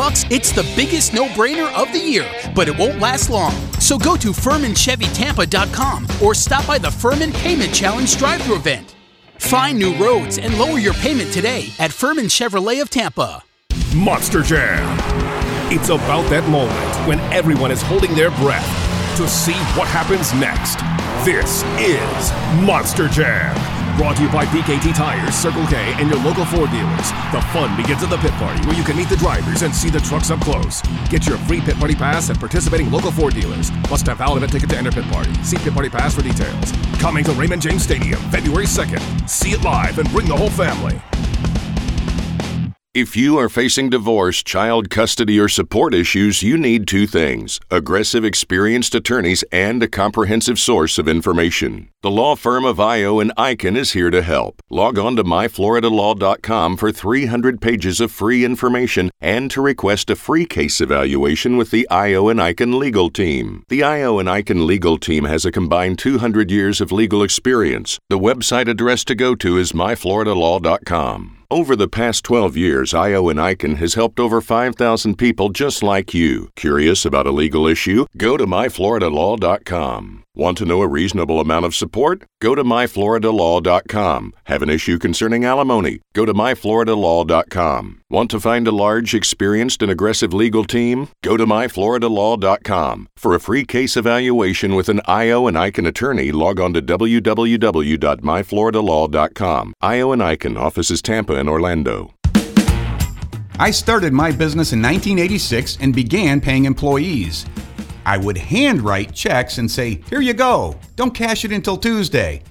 tax. It's the biggest no brainer of the year, but it won't last long. So go to FurmanChevyTampa.com or stop by the Furman Payment Challenge drive thru event. Find new roads and lower your payment today at Furman Chevrolet of Tampa. Monster Jam. It's about that moment when everyone is holding their breath to see what happens next. This is Monster Jam. Brought to you by BKT Tires, Circle K, and your local Ford dealers. The fun begins at the pit party where you can meet the drivers and see the trucks up close. Get your free pit party pass at participating local Ford dealers. Must have valid event ticket to enter pit party. See pit party pass for details. Coming to Raymond James Stadium February 2nd. See it live and bring the whole family. If you are facing divorce, child custody, or support issues, you need two things aggressive, experienced attorneys and a comprehensive source of information. The law firm of IO and ICANN is here to help. Log on to myfloridalaw.com for 300 pages of free information and to request a free case evaluation with the IO and ICANN legal team. The IO and ICANN legal team has a combined 200 years of legal experience. The website address to go to is myfloridalaw.com. Over the past 12 years, IO and ICANN has helped over 5,000 people just like you. Curious about a legal issue? Go to myfloridalaw.com. Want to know a reasonable amount of support? Go to myfloridalaw.com. Have an issue concerning alimony? Go to myfloridalaw.com. Want to find a large, experienced, and aggressive legal team? Go to myfloridalaw.com. For a free case evaluation with an IO and ICANN attorney, log on to www.myfloridalaw.com. IO and ICANN offices Tampa and Orlando. I started my business in 1986 and began paying employees. I would handwrite checks and say, Here you go, don't cash it until Tuesday.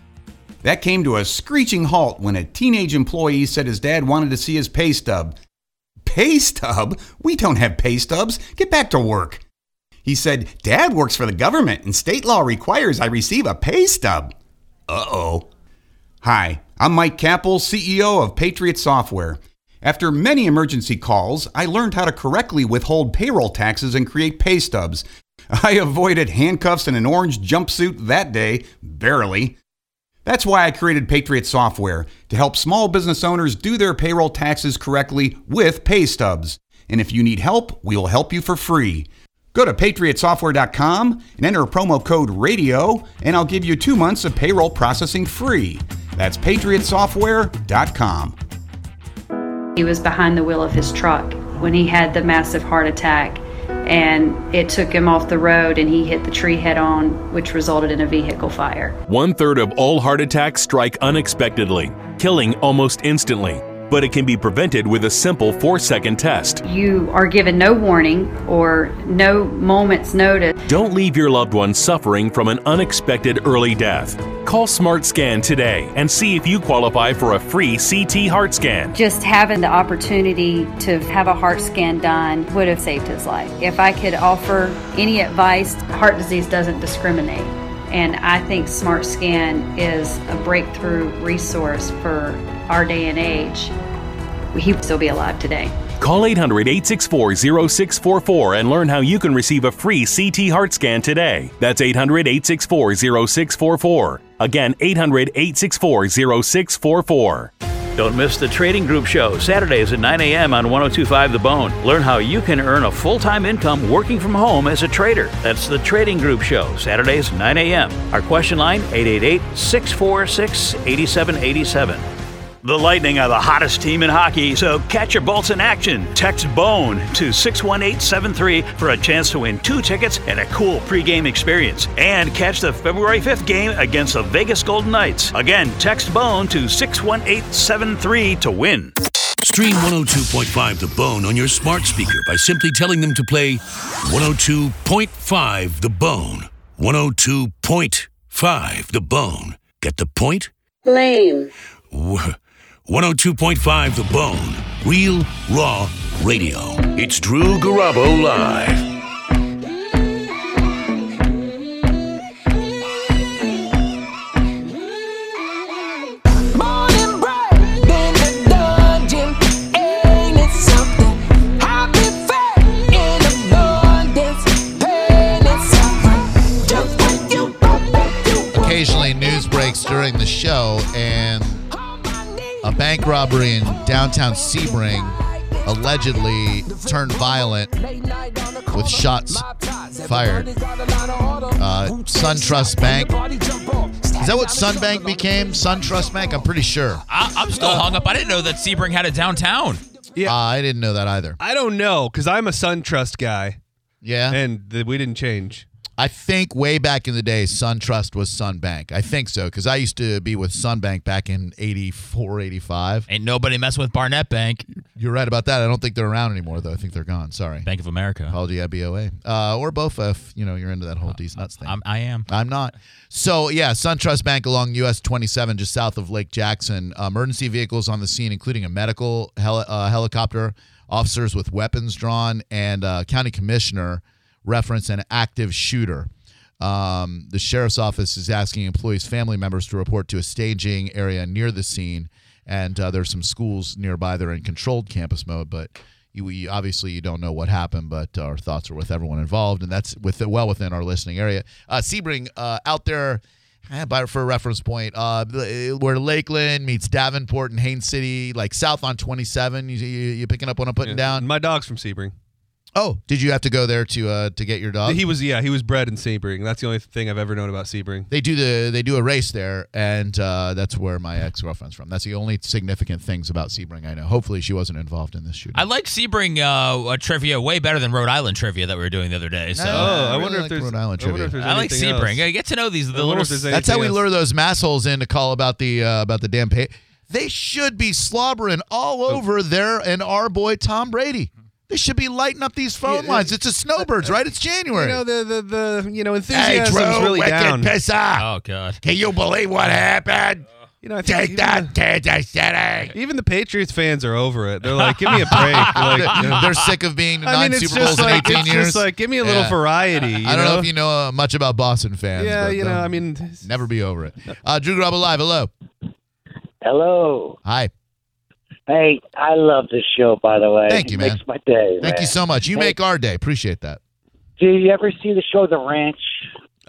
That came to a screeching halt when a teenage employee said his dad wanted to see his pay stub. Pay stub? We don't have pay stubs. Get back to work. He said, Dad works for the government and state law requires I receive a pay stub. Uh oh. Hi, I'm Mike Kappel, CEO of Patriot Software. After many emergency calls, I learned how to correctly withhold payroll taxes and create pay stubs. I avoided handcuffs and an orange jumpsuit that day, barely. That's why I created Patriot Software to help small business owners do their payroll taxes correctly with pay stubs. And if you need help, we will help you for free. Go to patriotsoftware.com and enter promo code radio, and I'll give you two months of payroll processing free. That's patriotsoftware.com. He was behind the wheel of his truck when he had the massive heart attack, and it took him off the road and he hit the tree head on, which resulted in a vehicle fire. One third of all heart attacks strike unexpectedly, killing almost instantly. But it can be prevented with a simple four second test. You are given no warning or no moment's notice. Don't leave your loved one suffering from an unexpected early death. Call Smart Scan today and see if you qualify for a free CT heart scan. Just having the opportunity to have a heart scan done would have saved his life. If I could offer any advice, heart disease doesn't discriminate. And I think Smart Scan is a breakthrough resource for our day and age. He would still be alive today. Call 800 864 0644 and learn how you can receive a free CT heart scan today. That's 800 864 0644. Again, 800 864 0644. Don't miss the Trading Group Show, Saturdays at 9 a.m. on 1025 The Bone. Learn how you can earn a full time income working from home as a trader. That's the Trading Group Show, Saturdays, 9 a.m. Our question line, 888 646 8787. The Lightning are the hottest team in hockey, so catch your bolts in action. Text BONE to 61873 for a chance to win two tickets and a cool pregame experience. And catch the February 5th game against the Vegas Golden Knights. Again, text BONE to 61873 to win. Stream 102.5 The Bone on your smart speaker by simply telling them to play 102.5 The Bone. 102.5 The Bone. Get the point? Lame. W- 102.5 The Bone. Real, raw radio. It's Drew Garabo live. Morning bright in the dungeon, ain't it something? Happy fair in abundance, pain and suffering. Just when you want what you want. occasionally news breaks during the show, and a bank robbery in downtown Sebring allegedly turned violent with shots fired. Uh, SunTrust Bank. Is that what SunBank became? SunTrust Bank? I'm pretty sure. I, I'm still hung up. I didn't know that Sebring had a downtown. Uh, I didn't know that either. I don't know because Oh, I'm a SunTrust guy, Yeah. and th- we didn't change. I think way back in the day, SunTrust was SunBank. I think so because I used to be with SunBank back in 84, 85. Ain't nobody messing with Barnett Bank, You're right about that. I don't think they're around anymore, though. I think they're gone. Sorry. Bank of America. Apology, IBOA. Uh, or bofa if, you know, you're into that whole D's nuts thing. I'm, I am. I'm not. So yeah, SunTrust Bank along US 27, just south of Lake Jackson. Um, Emergency vehicles on the scene, including a medical heli- uh, helicopter, officers with weapons drawn, and uh, county commissioner reference an active shooter. Um, the sheriff's office is asking employees' family members to report to a staging area near the scene, and uh, there's some schools nearby. They're in controlled campus mode, but you, we obviously you don't know what happened, but uh, our thoughts are with everyone involved, and that's with well within our listening area. Uh, Sebring uh, out there. eh, by- for a reference point, uh, the- where Lakeland meets Davenport and Haines City, like south on 27, you, you, you picking up what I'm putting down? My dog's from Sebring. Oh, did you have to go there to uh, to get your dog? he was yeah, he was bred in Sebring. That's the only thing I've ever known about Sebring. they do the they do a race there, and uh, that's where my ex girlfriend's from. That's the only significant things about Sebring I know. Hopefully, she wasn't involved in this shooting. I like Sebring uh, uh, trivia way better than Rhode Island trivia that we were doing the other day. So No. Oh, I, really wonder like if there's Rhode Island I wonder if there's trivia. I like anything else. Sebring. I get to know these I the wonder little. if there's s- that's how we anything lure else. those massholes in to call about the uh, about the damn pay. They should be slobbering all over their and our boy Tom Brady. They should be lighting up these phone lines. It's a snowbirds, right? It's January. You know the the, the you know hey, enthusiasm's Drew, really wicked down. pisser. oh God. Can you believe what happened? You know, I think Take even that to the city. the- Even the Patriots fans are over it. They're like, give me a break. Like, you know. They're sick of being to nine I mean, it's Super Bowls just like in 18 it's years. just like give me a little Yeah. variety. I don't know? if you know uh, much about Boston fans. Yeah, but, you know, um, I mean, never be over it. Uh, Drew Grubb live. Hello. Hello. Hi. Hey, I love this show, by the way. Thank you, man. It makes my day. Thank man. you so much. You Hey. make our day. Appreciate that. Do you ever see the show The Ranch?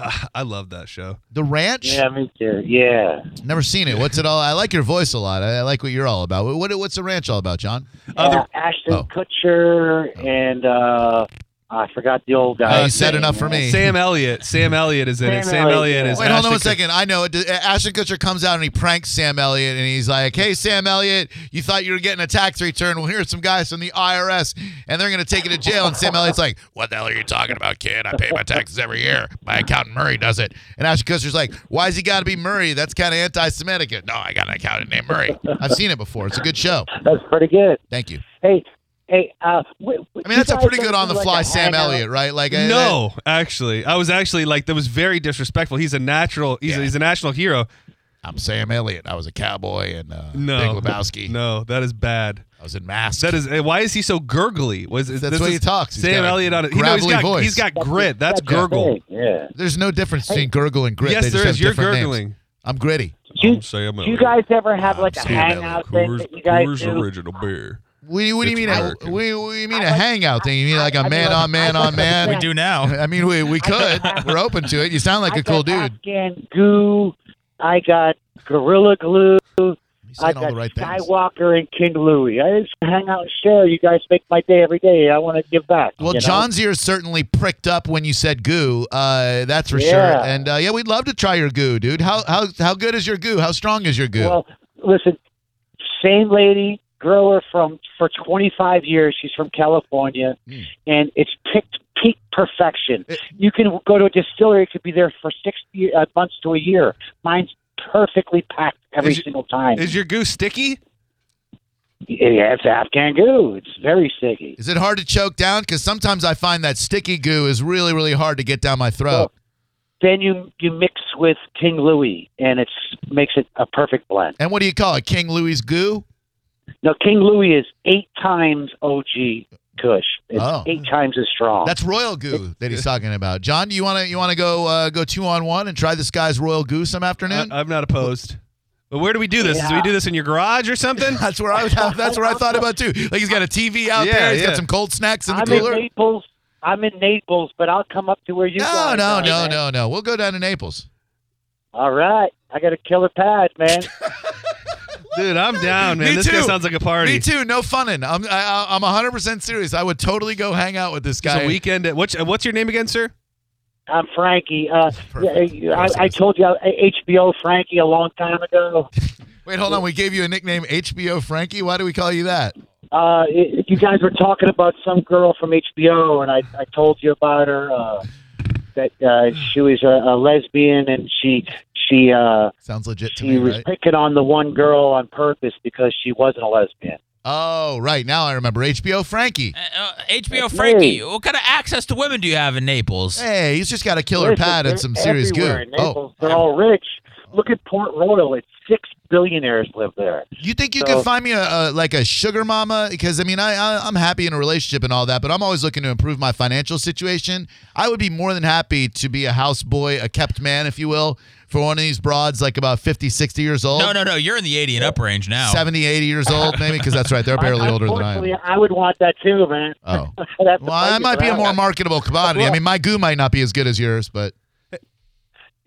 Ah, I love that show. The Ranch. Yeah, me too. Yeah. Never seen it. What's it all? I like your voice a lot. I, I like what you're all about. What, what's the Ranch all about, John? Uh, Ashton Oh. Kutcher and uh, I forgot the old guy. Uh, you said enough for me. Sam Elliott. Sam Elliott is in it. Sam Sam Elliott Elliott, yeah. is. Wait, hold Ashton on one second. I know. it. D- Ashton Kutcher comes out and he pranks Sam Elliott, and he's like, "Hey, Sam Elliott, you thought you were getting a tax return. Well, here's some guys from the IRS, and they're going to take you to jail." And Sam Elliott's like, "What the hell are you talking about, kid? I pay my taxes every year. My accountant Murray does it." And Ashton Kutcher's like, "Why's he got to be Murray? That's kind of anti-Semitic." No, I got an accountant named Murray. I've seen it before. It's a good show. That's pretty good. Thank you. Hey, hey. Uh, w- w- I you mean, that's a guys pretty ever good do, on-the-fly like, a Sam hangout? Elliott, right? Like, uh, I- No, actually, I was actually like that was very disrespectful. He's a natural. He's, Yeah. a, he's a national hero. I'm Sam Elliott. I was a cowboy and uh, No, Big Lebowski. No, that is bad. I was in Mask. That is eh, why is he so gurgly? Was is- That's this what is he talks. He's got Sam a Elliott on it. You know, he's got gravelly voice. he's got grit. That's the gurgle. thing, Yeah. There's no difference between gurgle and grit. Yes, they just there have is. You're different names. gurgling. I'm gritty. Do, I'm Sam do you Elliott. guys ever have like a Sam Elliott. hangout thing that you guys do? original beer. What do you, what do you It's mean? A, American. what do you- what do you mean a I like- hangout thing? You mean I- like a I man like- on man I like on man? that. We do now. I mean, we, we could. We're open to it. You sound like I a cool got dude. Afghan goo. I got gorilla glue. You I said all got the right things. Skywalker and King Louie. I just hang out and share. You guys make my day every day. I want to give back. Well, you know? John's ears certainly pricked up when you said goo. Uh, that's for sure. Yeah. And uh, yeah, we'd love to try your goo, dude. How how how good is your goo? How strong is your goo? Well, listen, same lady, grower from for 25 years. She's from California, Hmm. and it's picked peak perfection. It- you can go to a distillery; it could be there for six ye- uh, months to a year. Mine's perfectly packed every Is it- single time. Is your goose sticky? yeah, it's Afghan goo. It's very sticky. is it hard to choke down? Because sometimes I find that sticky goo is really really hard to get down my throat. Then you you mix with King Louis, and it makes it a perfect blend. and what do you call it? King Louis goo? Now, King Louis is eight times OG Kush. It's Oh. eight times as strong. That's royal goo that he's talking about. John, do you want to you want to go uh, go two on one and try this guy's royal goo some I, afternoon? I'm not opposed. But where do we do this? Do Yeah. we do this in your garage or something? that's where I was. That's where I thought about too. Like he's got a TV out Yeah, there. He's got yeah. some cold snacks in the I'm cooler. in Naples. I'm in Naples, but I'll come up to where you No, guys no, are, no, man. no, no. We'll go down to Naples. All right. I got a killer pad, man. Dude, I'm down, man. Me this too. guy sounds like a party. Me too. No funnin'. I'm I, I'm 100 percent serious. I would totally go hang out with this It's guy. a weekend. At, what's, what's your name again, sir? I'm Frankie. Uh, yeah, I, I told you uh, HBO Frankie a long time ago. Wait, hold on. We gave you a nickname, HBO Frankie. Why do we call you that? Uh, it, you guys were talking about some girl from HBO, and I, I told you about her. Uh, that uh, she was a, a lesbian, and she she uh, sounds legit. She me, was right? picking on the one girl on purpose because she wasn't a lesbian. Oh, right. Now I remember HBO Frankie. HBO Frankie, what kind of access to women do you have in Naples? Hey, he's just got a killer Listen, pad and they're some serious everywhere goo. in Oh, Naples. they're all rich. Look at Port Royal; it's six billionaires live there. you think you So- could find me a, a like a sugar mama? Because I mean, I, I I'm happy in a relationship and all that, but I'm always looking to improve my financial situation. I would be more than happy to be a houseboy, a kept man, if you will, for one of these broads like about 50, 60 years old. No, no, no. You're in the 80 and up range now. 70, 80 years old, maybe, because that's right. They're barely older than I Oh. am. Unfortunately, I would want that too, man. Oh. That's the Well, I budget might be a for that. more marketable commodity. I mean, my goo might not be as good as yours, but.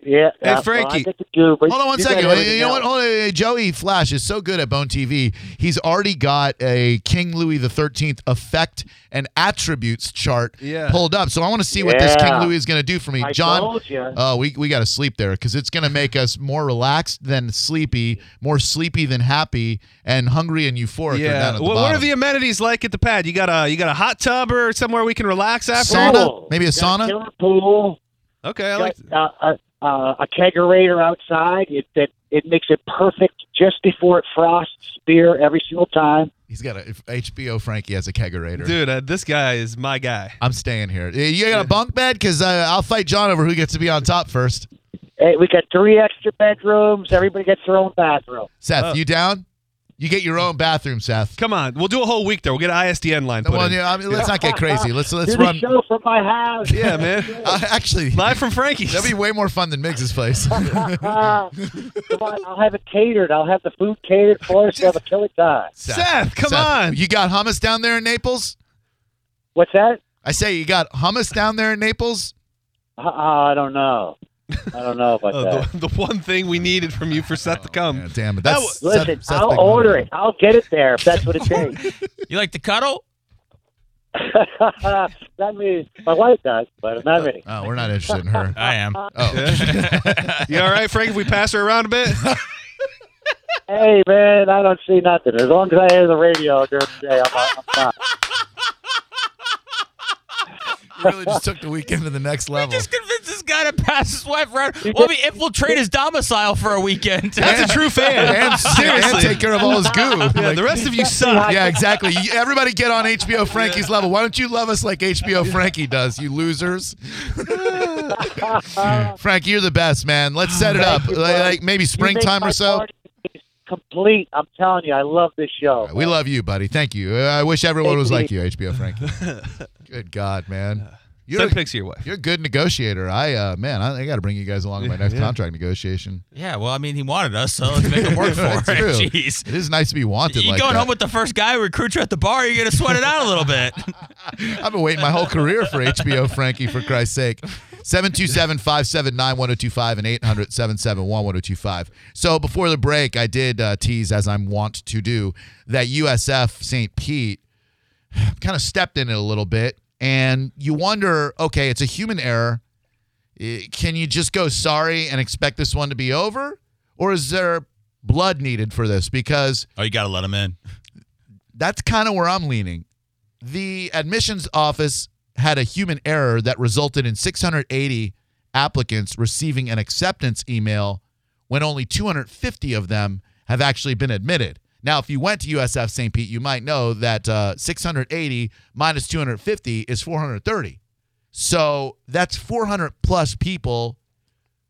Yeah. uh, Hey, well, I Frankie. get to do, but Hold on one you got second. everything You know what? else. Hold on. Hey, Joey Flash is so good at Bone TV. He's already got a King Louis the Thirteenth effect and attributes chart Yeah. pulled up. So I want to see what this King Yeah. Louis is going to do for me, I John. told ya. Oh, we we got to sleep there because it's going to make us more relaxed than sleepy, more sleepy than happy, and hungry and euphoric. are down Yeah. at the What, what are bottom. the amenities like at the pad? You got a you got a hot tub or somewhere we can relax after? sauna? Maybe a Got sauna? killer pool. Okay, I got, like. uh, a, uh, a kegerator outside. It that it makes it perfect just before it frosts beer every single time. He's got a if HBO Frankie has a kegerator. Dude, uh, this guy is my guy. I'm staying here. You got a bunk bed? Because uh, I'll fight John over who gets to be on top first. Hey, we got three extra bedrooms. Everybody gets their own bathroom. Seth, Uh, you down? You get your own bathroom, Seth. Come on, we'll do a whole week there. We'll get an ISDN line put Well, in. yeah, I mean, let's not get crazy. Let's let's Do the run. show from my house. Yeah, man. Uh, actually, Live from Frankie's. that'd be way more fun than Miggs's place. Ah, Come on, I'll have it catered. I'll have the food catered for us. We'll have a killer time. Seth, come on. You got hummus down there in Naples? What's that? I say you got hummus down there in Naples. Uh, I don't know. I don't know about Oh, Uh, that. the, the one thing we needed from you for Seth to come. damn it. That's Listen, I'll order it. I'll get it there if that's what it takes. You like to cuddle? not me. My wife does, but not me. Oh, we're not interested in her. I am. Oh. You all right, Frank, if we pass her around a bit? Hey, man, I don't see nothing. As long as I hear the radio during the day, I'm, I'm fine. you really just took the weekend to the next level. Just convince this guy to pass his wife around. Well, we infiltrate his domicile for a weekend. That's a true fan. And, and Seriously. take care of all his goo. Yeah, the rest of you suck. Yeah, exactly. You- Everybody get on HBO Frankie's level. Why don't you love us like HBO Frankie does, you losers? Frank, you're the best, man. Let's set it up. Uh, Thank you, Like, buddy. like maybe You make springtime my or so. party Complete. I'm telling you, I love this show. We love you, buddy. Thank you. Uh, I wish everyone Thank was you. like you, HBO Frankie. Good God, man. You're, Send pics of your wife. you're a good negotiator. I, uh, man, I, got to bring you guys along in my next contract negotiation. Yeah, well, I mean, he wanted us, so let's make him work for That's true. it. Jeez. It is nice to be wanted You like going that. home with the first guy who recruits you at the bar, you're going to sweat it out a little bit. I've been waiting my whole career for HBO Frankie, for Christ's sake. 727 579 1025 and 800 771 1025. So before the break, I did uh, tease, as I'm wont to do, that USF St. Pete kind of stepped in it a little bit. And you wonder okay, it's a human error. Eh, Can you just go sorry and expect this one to be over? Or is there blood needed for this? Because Oh, you got to let him in. that's kind of where I'm leaning. The admissions office had a human error that resulted in 680 applicants receiving an acceptance email when only 250 of them have actually been admitted. Now, if you went to USF St. Pete, you might know that uh, 680 minus 250 is 430. So that's 400 plus people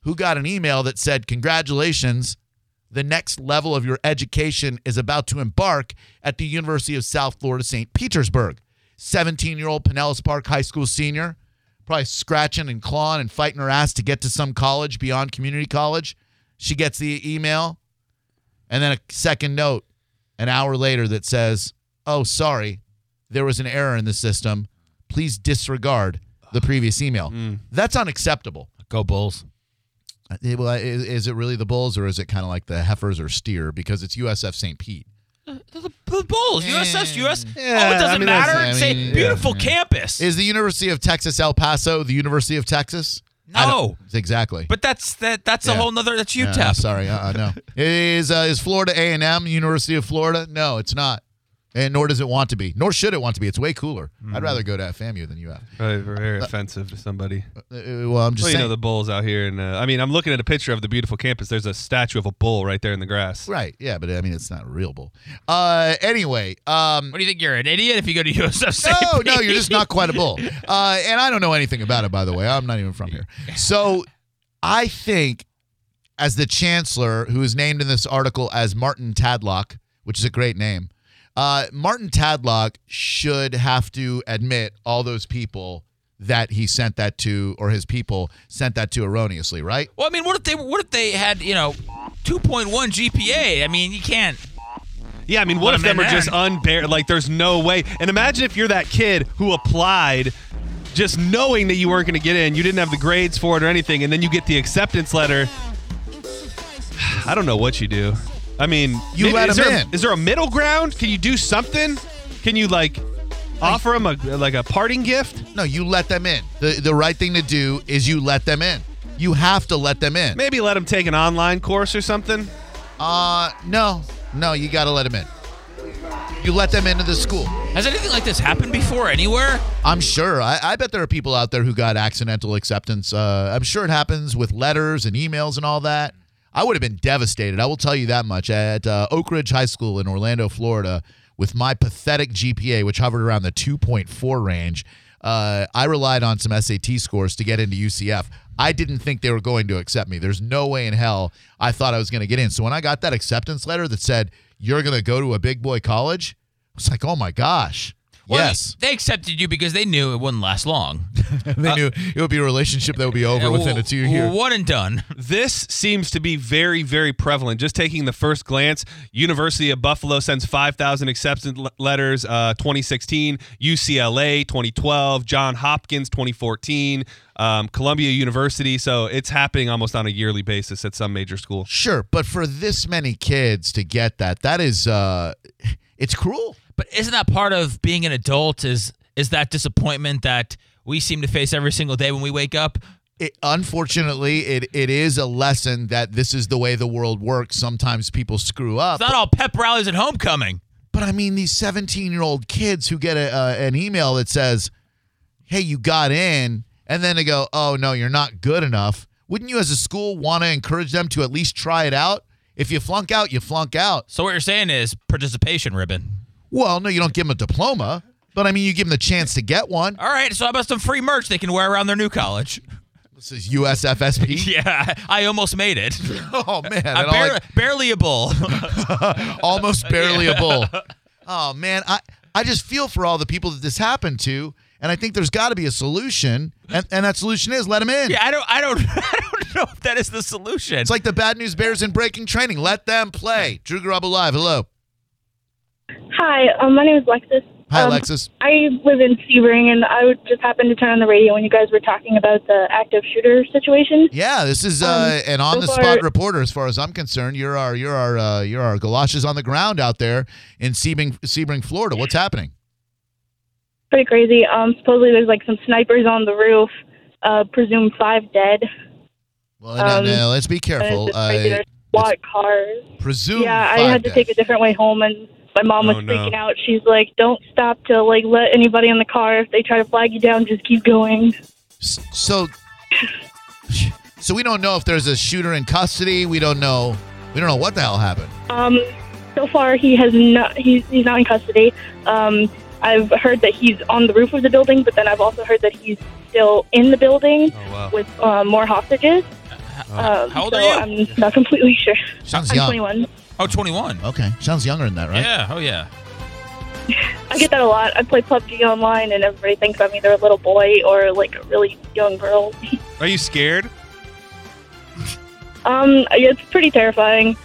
who got an email that said, Congratulations, the next level of your education is about to embark at the University of South Florida, St. Petersburg. 17 year old Pinellas Park High School senior, probably scratching and clawing and fighting her ass to get to some college beyond community college. She gets the email and then a second note an hour later that says, Oh, sorry, there was an error in the system. Please disregard the previous email. That's unacceptable. Go Bulls. Eh, Well, i- is, is it really the bulls or is it kind of like the heifers or steer? Because it's USF St. Pete. The Bulls, USF's US. oh, Yeah, it I doesn't mean, that's- matter. I It's a mean, yeah. beautiful campus. Is the University of Texas El Paso the University of Texas? I don't- exactly. Oh. But that's that. That's a Yeah. whole nother. That's Yeah, UTEP. I'm sorry, uh, no. is uh, is Florida A and M University of Florida? No, it's not, and nor does it want to be. Nor should it want to be. It's way cooler. I'd Mhm. rather go to FAMU than UF. Probably very offensive to somebody. uh, well, I'm just you know saying. the bulls out here, and uh, I mean, I'm looking at a picture of the beautiful campus. There's a statue of a bull right there in the grass. Right. Yeah, but I mean, it's not a real bull. Uh, anyway, um, what do you think? You're an idiot if you go to USF. St. No, Pete? no, you're just not quite a bull. Uh, and I don't know anything about it, by the way. I'm not even from here. So I think, as the chancellor, who is named in this article as Martin Tadlock, which is a great name, uh, Martin Tadlock should have to admit all those people that he sent that to, or his people sent that to erroneously, right? Well, I mean, what if they what if they had you know, 2.1 GPA? I mean, you can't. Yeah, I mean, what Let if them in are just there. unbear? Like, there's no way. And imagine if you're that kid who applied, just knowing that you weren't going to get in, you didn't have the grades for it or anything, and then you get the acceptance letter. I don't know what you do. I mean, You maybe- let is 'em there, in. Is there a middle ground? Can you do something? Can you like offer them a like a parting gift? No, you let them in. The the right thing to do is you let them in. You have to let them in. Maybe let them take an online course or something. Uh no. No, you got to let them in. You let them into the school. Has anything like this happened before anywhere? I'm sure. I, I bet there are people out there who got accidental acceptance. Uh, I'm sure it happens with letters and emails and all that. I would have been devastated. I will tell you that much. At uh, Oak Ridge High School in Orlando, Florida, with my pathetic GPA, which hovered around the 2.4 range, uh, I relied on some SAT scores to get into UCF. I didn't think they were going to accept me. There's no way in hell I thought I was going to get in. So when I got that acceptance letter that said, you're going to go to a big boy college, I was like, oh my gosh. Well, yes. They Uh, accepted you because they knew it wouldn't last long. they knew it would be a relationship that would be over within a two year. One and done. This seems to be very, very prevalent. Just taking the first glance, University of Buffalo sends 5,000 acceptance le- letters uh, 2016, UCLA 2012, John Hopkins 2014, um, Columbia University. So it's happening almost on a yearly basis at some major school. Sure, but for this many kids to get that, that is, uh it's cruel. But isn't that part of being an adult? Is is that disappointment that we seem to face every single day when we wake up? It, unfortunately, it, it is a lesson that this is the way the world works. Sometimes people screw up. It's not all pep rallies and homecoming. But I mean, these 17 year old kids who get a, uh, an email that says, hey, you got in, and then they go, oh, no, you're not good enough. Wouldn't you, as a school, want to encourage them to at least try it out? If you flunk out, you flunk out. So what you're saying is participation ribbon. Well, no, you don't give them a diploma, but I mean, you give them the chance to get one. All right, so how about some free merch they can wear around their new college? This is USFSP. Yeah, I almost made it. Oh man, I and all barely, barely a bull. almost barely Yeah. a bull. Oh man, I I just feel for all the people that this happened to, and I think there's got to be a solution, and and that solution is let them in. yeah, I don't, I don't, I don't know if that is the solution. It's like the Bad News Bears in breaking training. Let them play. Drew Garabo live. Hello. Hi, um, my name is Lexus. Hi, um, Alexis. I live in Sebring, and I would just happened to turn on the radio when you guys were talking about the active shooter situation. Um, Yeah, this is uh, an on the spot reporter, as far as I'm concerned. You're our you're our uh, you're our galoshes on the ground out there in Sebring, Sebring, Florida. What's happening? Pretty crazy. Um, supposedly there's like some snipers on the roof. Uh, presumed five dead. Well, no, Um, no, let's be And careful. it's just Uh, regular SWAT cars. presume. yeah, I five had to dead. take a different way home, and my mom was Oh, no. freaking out. She's like, "Don't stop to like let anybody in the car. If they try to flag you down, just keep going." So, so we don't know if there's a shooter in custody. We don't know. We don't know what the hell happened. Um, so far, he has not. He's, he's not in custody. Um, I've heard that he's on the roof of the building, but then I've also heard that he's still in the building Oh, wow. with uh, more hostages. Uh, Um, how old so are you? I'm not completely sure. Sounds I'm young. 21. Oh, 21. Okay, sounds younger than that, right? Yeah. Oh, yeah. I get that a lot. I play PUBG online, and everybody thinks I'm either a little boy or like a really young girl. Are you scared? Um, it's pretty terrifying.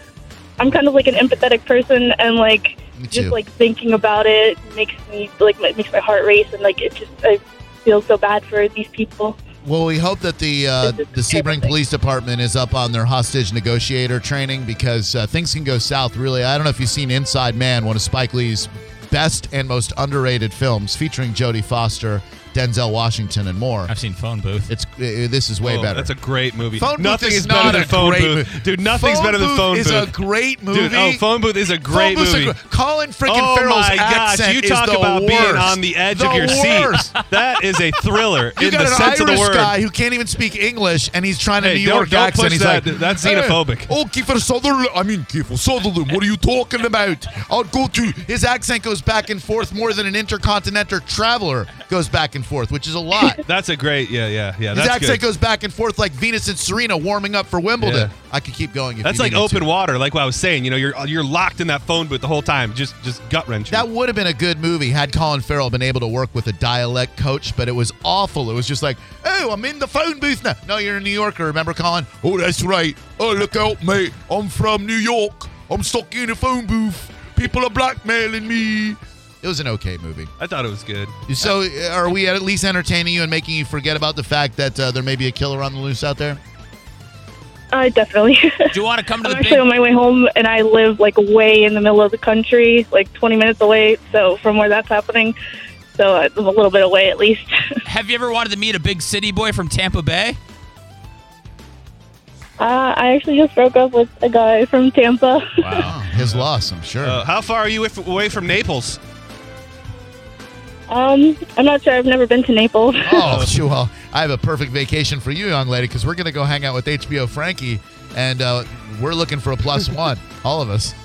I'm kind of like an empathetic person, and like Me just too. like thinking about it makes me like it makes my heart race, and like it just I feel so bad for these people. Well, we hope that the uh, the Sebring Police Department is up on their hostage negotiator training because uh, things can go south. Really, I don't know if you've seen Inside Man, one of Spike Lee's best and most underrated films, featuring Jodie Foster, Denzel Washington, and more. I've seen Phone Booth. It's uh, this is way Oh, better. That's a great movie. Phone Booth nothing is is, better not than a phone great booth. movie. Dude, nothing's Phone better than Booth phone is booth. a great Dude, oh, movie. phone booth is a great Phone Booth's a movie. gr- Colin freaking oh Farrell's my gosh, accent you is talk the about being worst. on the edge The of your worst. seat. That is a thriller You in got the an sense of Irish the word. guy who can't even speak English, and he's trying to Hey, New don't- York don't accent. push He's that- like, that's "Hey, xenophobic." oh, Kiefer Sutherland. I mean, Kiefer Sutherland. What are you talking about? I'll go to. His accent goes back and forth more than an intercontinental traveler goes back and forth, which is a lot. That's a great. Yeah, yeah, yeah. His That's accent good. goes back and forth like Venus and Serena warming up for Wimbledon. Yeah. I could keep going. If That's you like need me open to. water, like what I was saying. You know, you're you're locked in that phone booth the whole time. Just just gut wrenching. That would have been a good movie had Colin Farrell been able to work with a dialect coach, but it was awful. It was just like, oh, I'm in the phone booth now. No, you're a New Yorker, remember, Colin? Oh, that's right. Oh, look out, mate. I'm from New York. I'm stuck in a phone booth. People are blackmailing me. It was an okay movie. I thought it was good. So, uh, are we at least entertaining you and making you forget about the fact that uh, there may be a killer on the loose out there? Uh, definitely. Do you want to come to I'm the actually big? on my way home, and I live like way in the middle of the country, like 20 minutes away. So from where that's happening, so uh, I'm a little bit away at least. Have you ever wanted to meet a big city boy from Tampa Bay? Uh, I actually just broke up with a guy from Tampa. Wow. His loss, I'm sure. Oh, Uh, how far are you if- away from Naples? um, I'm not sure. I've never been to Naples. Oh, gee, well, I have a perfect vacation for you, young lady, because we're going to go hang out with HBO Frankie, and uh, we're looking for a plus one, all of us.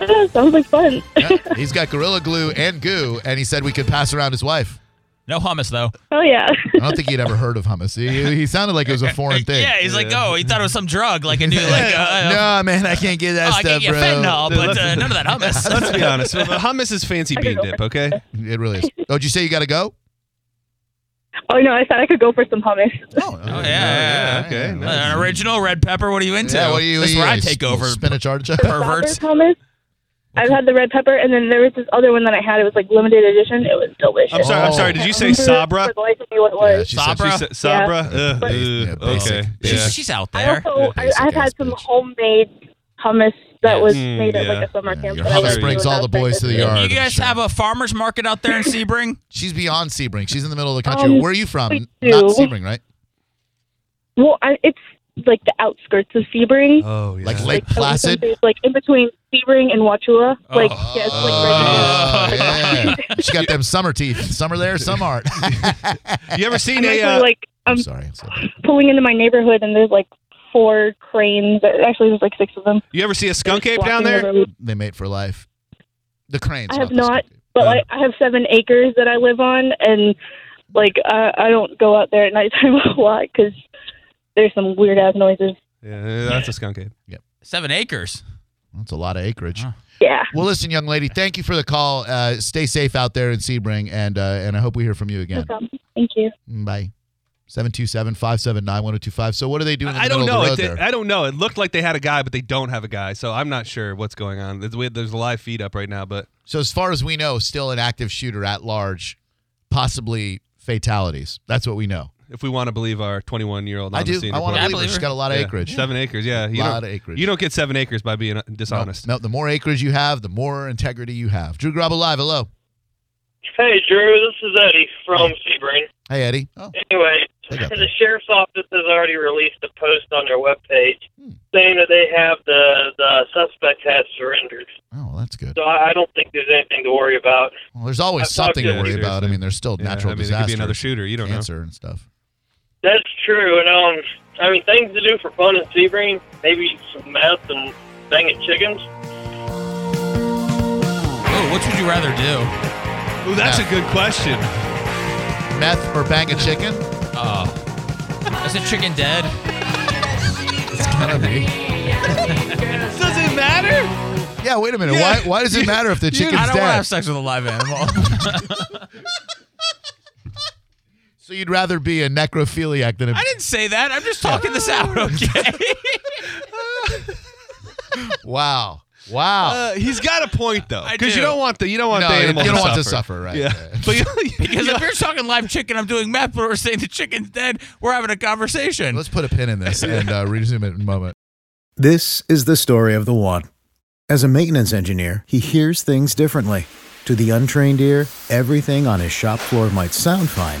Oh. Sounds like fun. Yeah, he's got Gorilla Glue and goo, and he said we could pass around his wife. No hummus though. Oh yeah. I don't think he'd ever heard of hummus. He, he sounded like it was a foreign thing. Yeah, he's like, oh, he thought it was some drug, like a new, like uh, no, man, I can't get that Oh, I stuff, get you bro. fentanyl, but uh, none of that hummus. Let's be honest. The hummus is fancy bean dip. Okay. It really is. Oh, did you say you got to go? Oh no, I thought I could go for some hummus. Oh, yeah, yeah, okay. An original red pepper. What are you into? Yeah, what do you That's where I eat? take over. Spinach artichoke. Perverts. Pepper hummus. I've had the red pepper, and then there was this other one that I had. It was like limited edition. It was delicious. I'm sorry. I'm sorry. Did you say Sabra? For the life of me, what it was. she said- Sabra. she Sabra. said- Ugh, Yeah. ugh, okay. Yeah. She's, she's out I there. also I, I've had some homemade hummus that was Mm, made at yeah. like a summer camp. Your that I went hummus to brings when I all the was boys to the pregnant. yard. You guys have a farmer's market out there in Sebring? She's beyond Sebring. She's in the middle of the country. Um, Where are you from? we Not do. Sebring, right? Well, I, it's like the outskirts of Sebring. Oh yeah. Like I Lake was gonna Placid. say it's, like in between Sebring and Wachula. Like Oh. yeah, it's like right Oh, yeah. She got them summer teeth. Some are there, some aren't. You ever there. seen I'm a? actually Uh, like I'm I'm sorry. I'm sorry. pulling into my neighborhood and there's like four cranes. Actually, there's like six of them. you ever see a skunk ape walking down there? over. They mate for life. The cranes. I have the not, skunk. but like I have seven acres that I live on, and like I I don't go out there at nighttime a lot because there's some weird ass noises. Yeah, that's a skunk ape. Seven acres. That's a lot of acreage. Yeah. Well, listen, young lady, thank you for the call. Uh, stay safe out there in Sebring, and uh, and I hope we hear from you No again. problem. Thank you. Bye. 727-579-1025. So what are they doing in the I don't middle know. of It, the road did- there? I don't know. It looked like they had a guy, but they don't have a guy. So I'm not sure what's going on. There's, we, there's a live feed up right now, but so as far as we know, still an active shooter at large, possibly fatalities. That's what we know. if we want to believe our 21 year old, I do. I want to believe her. She's got a lot of acreage. Seven acres. Yeah, you Lot don't, of acreage. You don't get seven acres by being uh, No, dishonest. no, the more acreage you have, the more integrity you have. Drew Grab Live, hello. Hey, Drew, this is Eddie from Sebring. Hey, Eddie. Oh, Anyway, Hey, Eddie. the sheriff's office has already released a post on their webpage Hmm. saying that they have the the suspect has surrendered. oh well, that's good. So I, I don't think there's anything to worry about. Well, there's always I've talked something to to- worry about. I mean, there's still Yeah, natural I mean, it could be disasters. another shooter. You don't know. cancer and stuff. That's true, and um, I mean things to do for fun in Sebring, maybe some meth and banging chickens. Oh, what would you rather do? Ooh, that's Yeah. a good question. Meth or bang of chicken? Oh, is a chicken dead? It's gotta be. Does it matter? Yeah, wait a minute. Yeah. Why, why does it matter if the chicken's I don't want to dead? have sex with a live animal. So you'd rather be a necrophiliac than a I didn't say that. I'm just talking this out, okay? wow. Wow. Uh, he's got a point though, because do. you don't want the you don't want No, the you animal. don't to want to suffer. suffer, right, Yeah. But you- Because if you're talking live chicken, I'm doing math, but we're saying the chicken's dead. We're having a conversation. Let's put a pin in this and uh, resume it in a moment. This is the story of the one. As a maintenance engineer, he hears things differently. To the untrained ear, everything on his shop floor might sound fine,